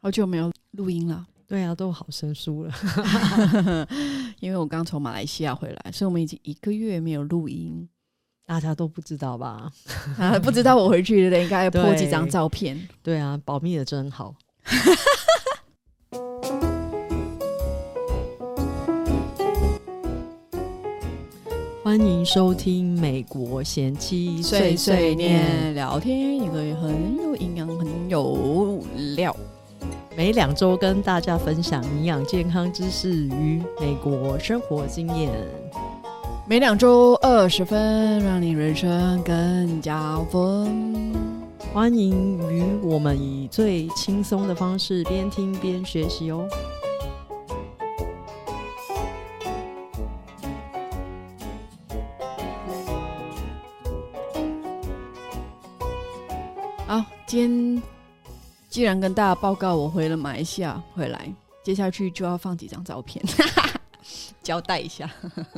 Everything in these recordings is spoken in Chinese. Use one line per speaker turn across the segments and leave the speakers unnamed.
好久没有录音 了，
对啊，都好生疏了。
因为我刚从马来西亚回来，所以我们已经一个月没有录 音。
大家都不知道吧？
啊，不知道我回去了应该要
对
拍几张照片。
对啊，保密的真好。 欢迎收听《美国贤妻碎碎念》，
聊天，一个很有营养、很有料。
每两周跟大家分享营养健康知识与美国生活经验。
每两周二十分，让你人生更加丰。
欢迎与我们以最轻松的方式边听边学习哦。
好，今天既然跟大家报告我回了马来西亚回来，接下去就要放几张照片， 交代一下。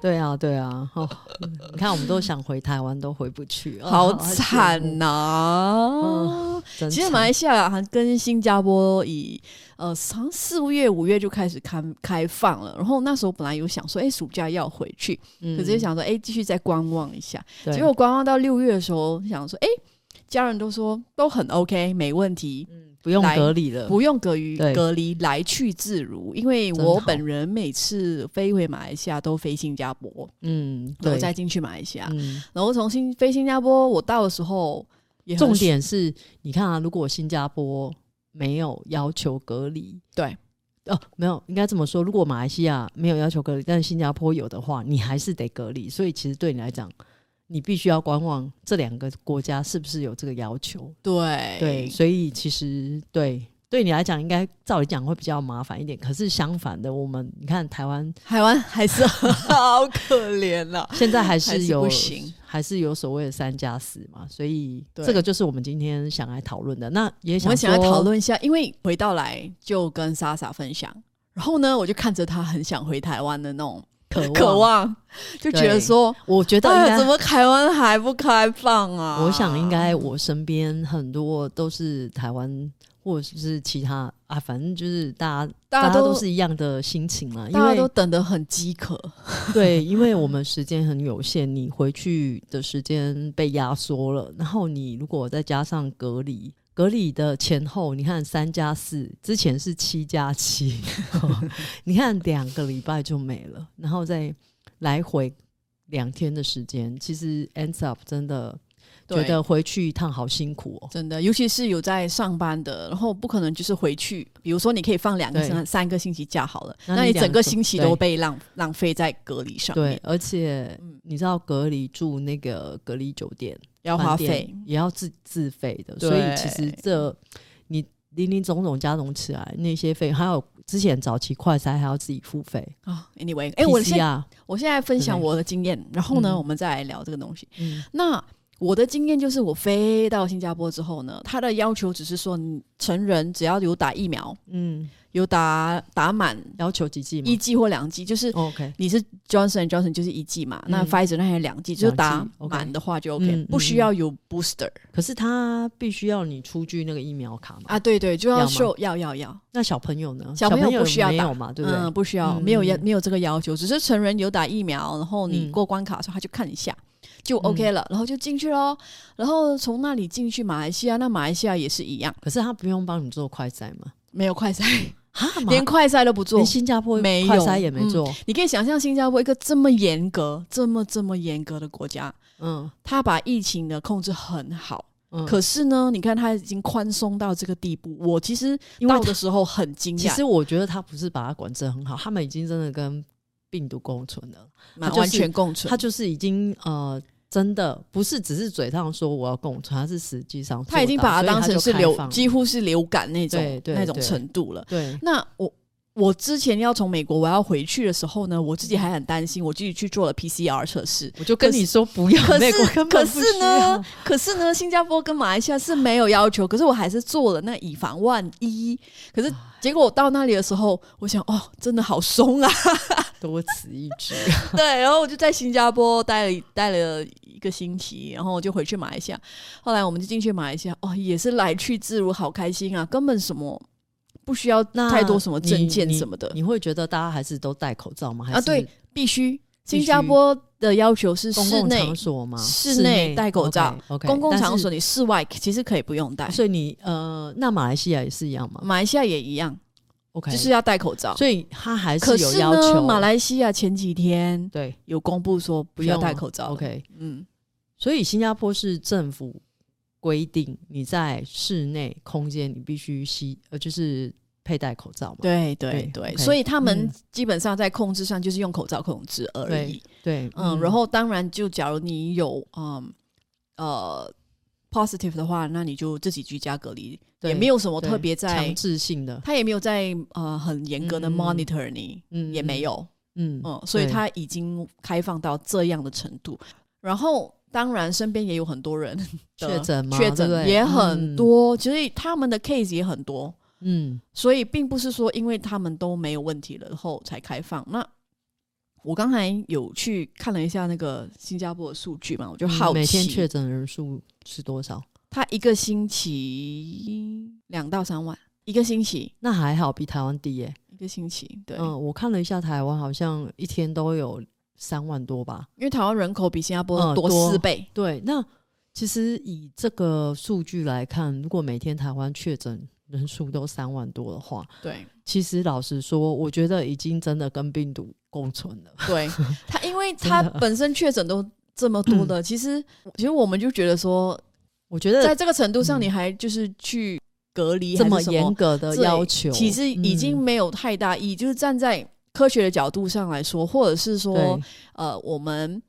对啊，对啊，哦， 你看，我们都想回台湾，都回不去，哦
好惨呐、
嗯真
其实
惨
马来西亚还跟新加坡以呃，从四五月、五月就开始开开放了。然后那时候本来有想说，哎、暑假要回去，
嗯
可是想说，哎、继续再观望一下。
对
结果观望到六月的时候，想说，哎、家人都说都很 OK，没问题，
嗯不用
来
隔离了，
不用隔离
对
隔离，来去自如。因为
真
我
好
本人每次飞回马来西亚都飞新加坡，
嗯，
然
对
后，再进去马来西亚，
嗯，
然后从新飞新加坡，我到的时候也很
重点是，你看啊，如果新加坡没有要求隔离，
对。
哦，没有，应该这么说。如果马来西亚没有要求隔离，但是新加坡有的话，你还是得隔离。所以其实对你来讲，你必须要观望这两个国家是不是有这个要求。
对
对，所以其实对对你来讲，应该照理讲会比较麻烦一点。可是相反的，我们你看台湾
台湾还是 好可怜了、
现在还
还
是
是
有
不行
还是有所谓的三加四嘛，所以
对
这个就是我们今天想来讨论的。那也
我
想
们 想要
说
讨，论一下，因为回到来就跟莎莎分享，然后呢，我就看着她很想回台湾的那种
渴望
渴望，就觉得说，
我觉得应
哎呀，
该
怎么台湾还不开放啊？
我想应该我身边很多都是台湾或者是其他啊，反正就是大家
大家
家
都
都。是一样的心情啦，因
大家都
为
等得很饥渴，
对，因为我们时间很有限，你回去的时间被压缩了，然后你如果再加上隔离。隔离的前后，你看三加四，之前是七加七， 你看两个礼拜就没了，然后再来回两天的时间，其实 ends up 真的觉
对
得回去一趟好辛苦哦。
真的，尤其是有在上班的，然后不可能就是回去，比如说你可以放两个
对
三三个星期假好了，
那
那
你
你
两
整个
个
星期
对
都被浪浪费在隔离上
对
面，，
而且
嗯
你知道隔离住那个隔离酒店，
要
饭
花
店
费，
也要自自费的，所以其实
对
这你零零总总加总起来那些费，还有之前早期快筛还要自己付费。
啊、a n y w a y 哎、我现在
啊，
我现在分享
对
我的经验，然后呢，
嗯
我们再来聊这个东西。
嗯，
那我的经验就是，我飞到新加坡之后呢，他的要求只是说，你成人只要有打疫苗，
嗯，
有打打满
要求几剂吗
一剂或两剂，就是
哦？OK，
你是 Johnson Johnson 就是一剂嘛，
嗯
那 Pfizer 那还有两剂，就是打
两剂，OK
满的话就 OK，、
嗯嗯
不需要有 booster
可是他必须要你出具那个疫苗卡嘛？
啊。对对，就
要
要
吗
秀要要要，
那小朋友呢？
小朋
朋
友
友
不需要
没
打
有嘛？对不对？
嗯，不需要，
嗯
没有要
嗯
没有这个要求，只是成人有打疫苗，然后你
嗯
过关卡的时候他就看一下，就
嗯
OK 了，然后就进去喽。然后从那里进去马来西亚，那马来西亚也是一样，
可是他不用帮你做快筛嘛？
没有快筛，
啊， 马
连快筛都不做
连。新加坡
没
快
有
筛也没
嗯
做，
你可以想象新加坡一个这么严格、这么这么严格的国家，
嗯
他把疫情的控制很好。
嗯。
可是呢，你看他已经宽松到这个地步，我其实
因为
到的时候很惊
其
讶，
实我觉得他不是把它管制得很好，他们已经真的跟病毒共存了，
蛮
他就是
完全共存
他。就是已经呃。真的不是只是嘴上说我要共存，他是实际上做
他已经
到
把它
所以
当成
就是开
流，
放
几乎是流感那种
对对
那种
对
程度了。
对
那我我之前要从美国我要回去的时候呢，我自己还很担心，我自己去做了 PCR 测试。
我就跟
可是
你说不要，
可
美
是
国根
可
本不
是
需要
呢，，可是呢，新加坡跟马来西亚是没有要求，可是我还是做了那以防万一。可是结果我到那里的时候，我想哦，真的好 松啊，
多此一举。
对，然后我就在新加坡待了待了一个星期，然后我就回去马来西亚。后来我们就进去马来西亚，哦，也是来去自如，好开心啊！根本什么不需要
那
太多什么
你
证件
你
什么的
你会觉得大家还是都戴口罩吗？还
啊。
是
对，必须。
必须
新加坡的要求是
公
室
共
内
场所吗？
室
室
内
内
戴口罩
，OK，
公共场所，
但
你室外其实可以不用戴
是。所以你呃，那马来西亚也是一样吗
马来西亚也一样，
？OK，
就是要戴口罩。
所以他还
可
是有
是
要
呢，
求
马来西亚前几天
对
有公布说不
不
要
用
戴
吗
口罩了。
OK，
嗯，
所以新加坡是政府规定你在室内空间你必须吸呃就是佩戴口罩嘛。
对对
对
对，
，OK
所以他们
嗯
基本上在控制上就是用口罩控制而
对
已。
对，
嗯，然后当然就假如你有嗯呃 positive 的话，那你就自己居家隔离，也没
有
有什么特别在
强，制性的，
他也没有在呃很严格的
嗯嗯嗯
monitor 你，
嗯
也没，有，
嗯
嗯，所以
对
他已经开放到这样的程度，然后。当然，身边也有很多人得
确诊嘛，
确
对不
诊
对
也很，多，所以他们的 case 也很多。
嗯
所以并不是说因为他们都没有问题了后才开放。那我刚才有去看了一下那个新加坡的数据嘛，我就
嗯，
好
每天
奇
确，诊人数是多少？
他一个星期两到三万，一个星期，
那还好，比台湾低耶。
一个星期，对，
嗯，我看了一下，台湾好像一天都有三万多吧。
因为台湾人口比新加坡
嗯
多
多
四倍，
对，那其实以这个数据来看，如果每天台湾确诊人数都三万多的话，
对
其实老实说，我觉得已经真的跟病毒共存了。
对，他因为他
真的嗯
本身确诊都这么多的，其实其实我们就觉得说，
我觉得
在这个程度上，
嗯
你还就是去隔离
这
还是什
严格的
对
要求，
其实已经
嗯
没有太大意义，就是站在科学的角度上来说，或者是说
嗯对，
呃，我们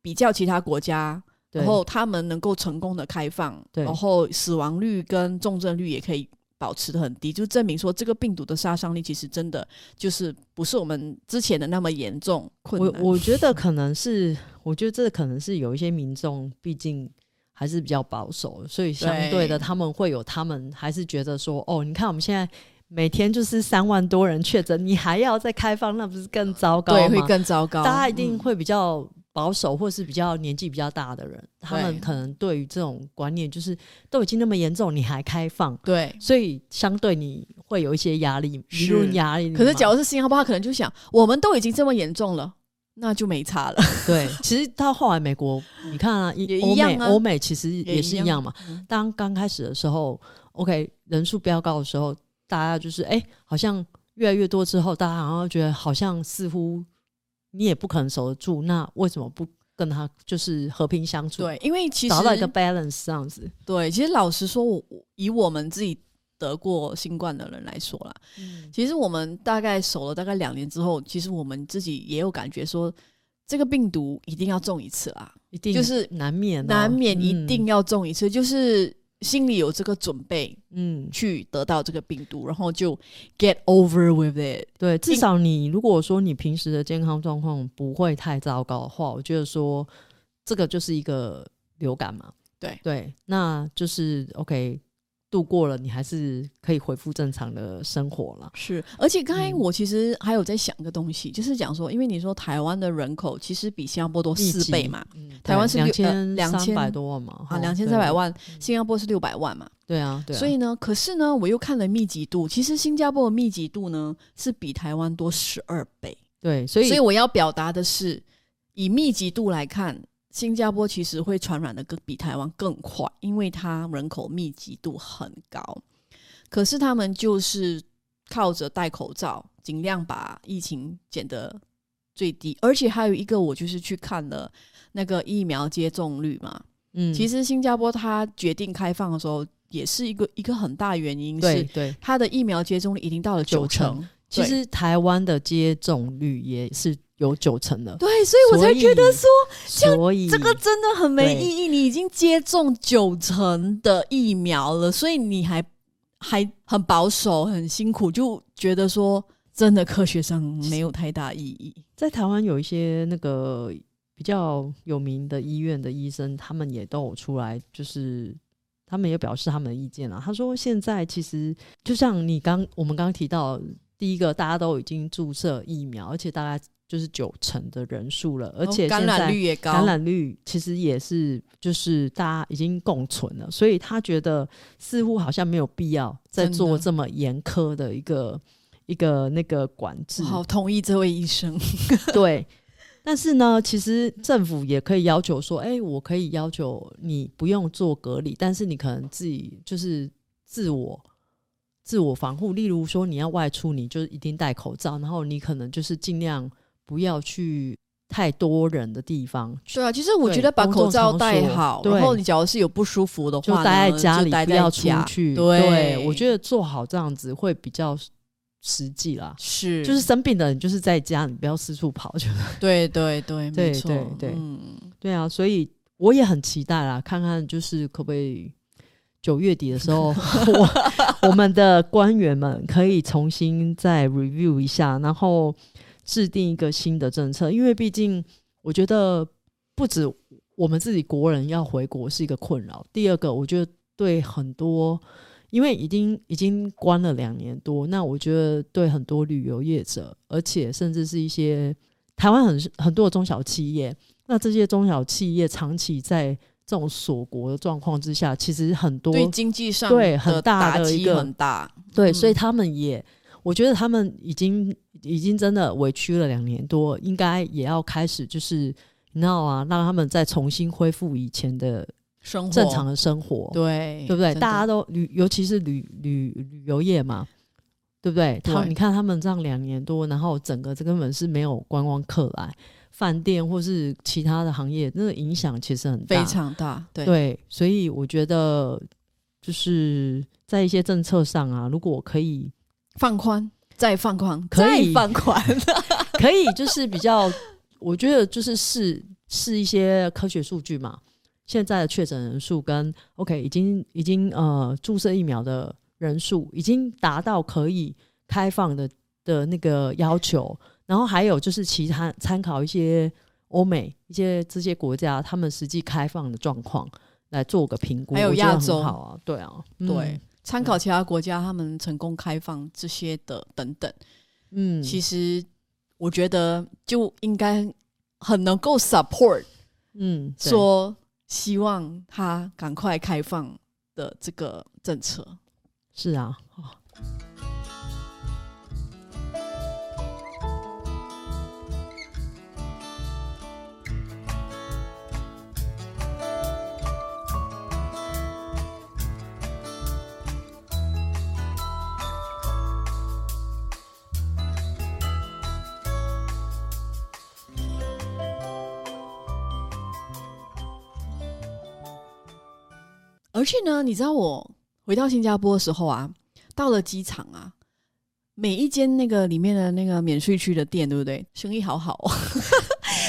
比较其他国家，
对
然后他们能够成功的开放，
对
然后死亡率跟重症率也可以。保持的很低，就证明说这个病毒的杀伤力其实真的就是不是我们之前的那么严重困
我
难。
我觉得可能是，我觉得这可能是有一些民众，毕竟。还是比较保守，所以相对
对
的，他们会有他们还是觉得说，哦，你看我们现在每天就是三万多人确诊，你还要再开放，那不是更糟糕吗？
对会更糟糕，
大家一定
嗯
会比较保守，或是比较年纪比较大的人，他们可能对于这种观念就是都已经那么严重，你还开放，
对。
所以相对你会有一些压力，
是
舆论压力嘛。
可是假如是新加坡，他可能就想，我们都已经这么严重了，那就没差了。
对，其实到后来美国，你看啊，
也
欧
一样
美
啊
欧美其实 也是一样嘛。
嗯
当刚开始的时候，OK 人数飙高的时候，大家就是哎、好像越来越多之后，大家好像觉得好像似乎你也不可能守得住，那为什么不跟他就是和平相处？
对，因为其实
找到一个 balance 这样子。
对，其实老实说，我我以我们自己得过新冠的人来说啦，其实我们大概守了大概两年之后，其实我们自己也有感觉说，这个病毒一定要中一次啦，
一定
就是
难嗯免啊、
难免一定要中一次，就是心里有这个准备
嗯，嗯，
去得到这个病毒，然后就 get over with it。
对，至
定
少你如果说你平时的健康状况不会太糟糕的话，我觉得说这个就是一个流感嘛，
对
对，那就是 OK。度过了，你还是可以恢复正常的生活了。
是，而且刚才
嗯
我其实还有在想一个东西，就是讲说，因为你说台湾的人口其实比新加坡多
密
四
集
倍嘛，
嗯，
台湾是
两
六
千
呃
三百
2300
多万嘛，
啊，
吼
两千三百，万，
嗯
新加坡是六百万嘛，
对对啊，对啊，
所以呢，可是呢，我又看了密集度，其实新加坡的密集度呢是比台湾多十二倍，
对，所
所
以
我要表达的是，以密集度来看，新加坡其实会传染的更比台湾更快，因为它人口密集度很高，可是他们就是靠着戴口罩，尽量把疫情减得最低，而且还有一个我就是去看了那个疫苗接种率嘛，
嗯，
其
实
实新加坡它决定开放的时候，也是一个一个很大原因
对
是
对，
它的疫苗接种率已经到了九成
九。其实台湾的接种率也是有九成的，
对，所以我才觉得说
所以所以
这个真的很没
对
意义。你已经接种九成的疫苗了，所以你还还很保守、很辛苦，就觉得说真的科学上没有太大意义。
在台湾有一些那个比较有名的医院的医生，他们也都有出来，就是他们也表示他们的意见啊。他说，现在其实就像你刚我们刚刚提到，第一个大家都已经注射疫苗，而且大概就是九成的人数了，而
哦
且
感
现
染
在
率也高，
感染率其实也是就是大家已经共存了，所以他觉得似乎好像没有必要再
真的
做这么严苛的一个一个那个管制
我。 好同意这位医生，
对，但是呢，其实政府也可以要求说，哎、我可以要求你不用做隔离，但是你可能自己就是自我自我防护，例如说你要外出，你就一定戴口罩，然后你可能就是尽量不要去太多人的地方，
对啊，其实我
对
觉得把
公众
口罩
场
戴
所
好，
对
然后你假如是有不舒服的
就
话呢，
待在家
就
里，
待
不
在
要出
家
去。
对
我觉得做好这样子会比较实际啦。
是，
就是生病的人就是在家，你不要四处跑，就
对对对，没
对
错，
对对
嗯，
对啊。所以我也很期待啦，看看就是可不可以九月底的时候，我我们的官员们可以重新再 review 一下，然后制定一个新的政策，因为毕竟我觉得不止我们自己国人要回国是一个困扰，第二个我觉得对很多。因为已经已经关了两年多，那我觉得对很多旅游业者，而且甚至是一些台湾很很多的中小企业，那这些中小企业长期在这种锁国的状况之下，其实很多
对经济上
对
的
很大
打
的一
击
个
很大，
对
嗯
所以他们也，我觉得他们已经已经真的委屈了两年多，应该也要开始就是你知道啊，让他们再重新恢复以前的
生活
正常的生活，
对
对不对？
真的
大家都旅，尤其是旅旅旅游业嘛，对不对？他
对
你看他们这样两年多，然后整个这根本是没有观光客来，饭店或是其他的行业，那个影响其实很大，
非常大，对
对，所以我觉得就是在一些政策上啊，如果可以，
放宽再放宽，
可
再
以
放宽，
可以就是比较，我觉得就是试试一些科学数据嘛。现在的确诊人数跟 OK 已经已经呃注射疫苗的人数已经达到可以开放的的那个要求，然后还有就是其他参考一些欧美一些这些国家他们实际开放的状况来做个评估，
还有
我觉得
亚
很
洲
好啊，对啊，嗯
对， 参考其他国家他们成功开放这些的等等，
嗯，
其实我觉得就应该很能够 support
嗯，对
说希望他赶快开放的这个政策。
是啊，哦
而且呢，你知道我回到新加坡的时候啊，到了机场啊，每一间那个里面的那个免税区的店，对不对？生意好好、 哦，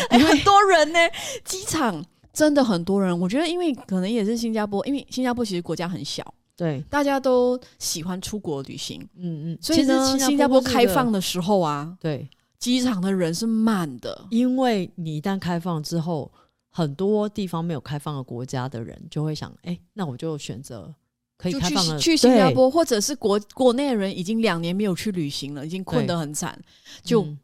哎、很多人呢、机场真的很多人。我觉得，因为可能也是新加坡，因为新加坡其实国家很小，
对，
大家都喜欢出国旅行，
嗯嗯，
所以
其实
呢，新加坡
是一
开
个
放的时候啊，
对，
机场的人是慢的，
因为你一旦开放之后，很多地方没有开放的国家的人就会想，哎、那我就选择可以
就
开
去
放的
去新加
对
坡，或者是国国内的人已经两年没有去旅行了，已经困
对
得很惨，就
嗯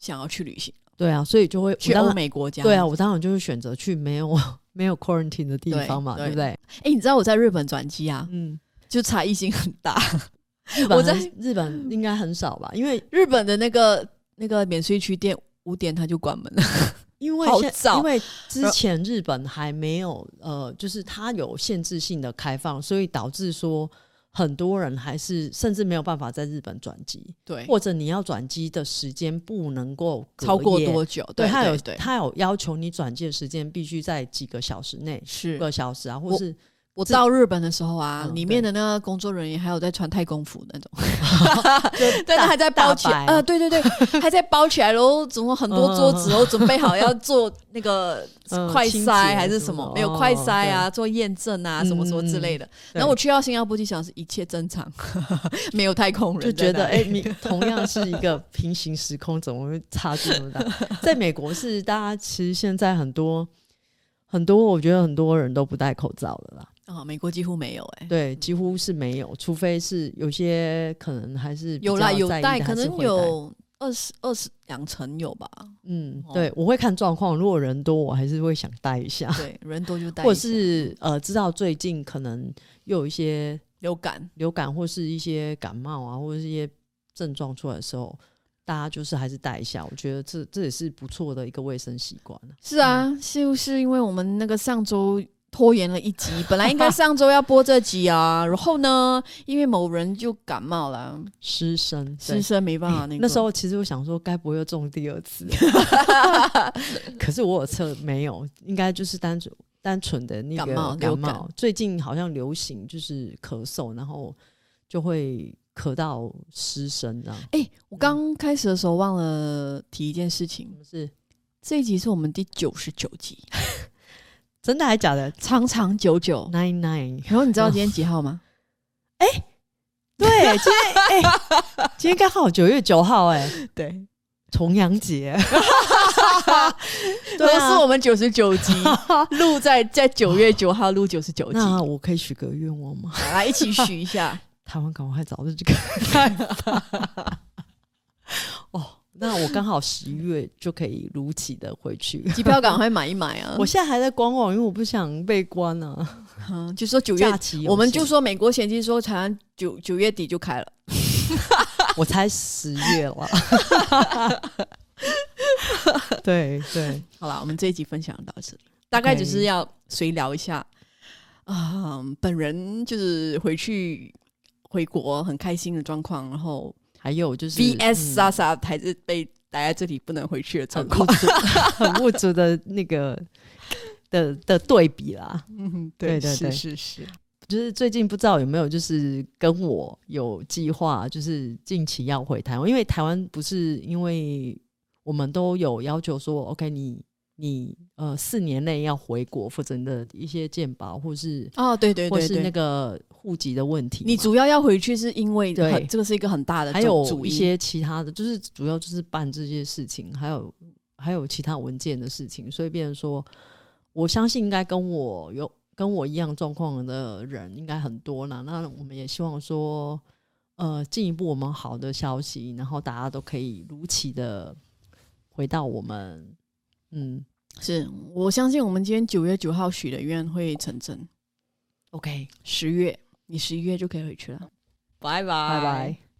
想要去旅行，
对啊，所以就会
去
我当
欧
然
美国家。
对啊，，我当然就会选择去没有没有 quarantine 的地
对
方嘛，
对
对不对？
哎、你知道我在日本转机啊，
嗯，
就差异性很大。
日本
我在
很日本应该很少吧，因为
日本的那个那个免税区店五点它就关门了，
因为
好
现
早
因为之前日本还没有呃，就是它有限制性的开放，所以导致说很多人还是甚至没有办法在日本转机，
对，
或者你要转机的时间不能够隔
超过
夜
多久？
对，
它
它有
对，
它有要求你转机的时间必须在几个小时内，
是
五个小时啊，或
我
是
我到日本的时候啊，
嗯
里
对
面的那个工作人员还有在穿太空服那种，
就
对，
大
他还在包起来，
大白哦
呃，对对对， 还在包起来，然后怎么很多桌子，然后准备好要做那个
嗯
快
清
筛
洁
还是
什
什
么
么，
的
没有
哦嗯
快筛啊，做验证啊，什么什么之类的。然后我去到新加坡机场是一切正常， 没有太空人
就觉得
哎，
哎， 你 同样是一个平行时空，怎么会差距那么大？在美国是大家其实现在很多很多，我觉得很多人都不戴口罩了啦，
啊，美国几乎没有哎，
对，几乎是没有，除非是有些可能还是比
有啦
较
有
在意
戴，
的
可
还是
能
会戴
有二十二十两成有 吧？
嗯
哦，
对，我会看状况，如果人多，我还是会想待一下，
对，人多就带一下，
或者是呃，知道最近可能又有一些
流感，
流感或是一些感冒啊，或者是一些症状出来的时候，大家就是还是带一下，我觉得这这也是不错的一个卫生习惯啊
是啊，就是因为我们那个上周拖延了一 集，本来应该上周要播这集啊，然后呢，因为某人就感冒了，
师生
师
对
生没办嗯法那个。
那时候其实我想说，该不会又中第 二次？可是我有测没有，应该就是单纯单纯的那个
感冒流感
最近好像流行就是咳嗽，然后就会咳到失声 这样。
哎、我刚开始的时候忘了提一件事情，
是
这一集是我们第九十九集，
真的还假的
长长久久。
？Nine nine，
然后你知道今天几号吗？
对，今天哎、今天刚好九月九号哎、
对，
重阳 节，
都
对啊
是我们九十九 集录在在九月九号录九十九集，
那我可以许个愿望吗？
好来一起许一 下。
台湾赶快早日这个。 哦，那我刚好十一月就可以如期的回去。
机票赶快买一买啊！
我现在还在观望，因为我不想被关啊。
嗯就说九月
假期有
我们
限
就说美国前期说台湾九九月底就开了，
我才十月 了。对对，
好啦，我们这一集分享到这里，大概只是要随聊一下啊、本人就是回去回国很开心的状况，然后
还有就是
VS 莎
啊，
莎还是被待在这里不能回去的状
很
况
物，质、 很物质的那个的的对比啦。
嗯，
对对
是
对
是是，
就是最近不知道有没有就是跟我有计划，就是近期要回台湾，因为台湾不是因为我们都有要求说，OK，你你呃四年内要回国，否则你的一些健保或是
哦，对对
或
对
是那
对，
个户籍的问题嘛，
你主要要回去是因为
对
很这个是一个很大的
还
主
有
主
一
因
些其他的，就是主要就是办这些事情，还有还有其他文件的事情，所以变成说，我相信应该跟我有跟我一样状况的人应该很多啦。那我们也希望说，呃，进一步我们好的消息，然后大家都可以如期的回到我们，嗯
是我相信我们今天九月九号许的愿会成真。
，OK，
十月，你十一月就可以回去了。拜拜，
拜拜。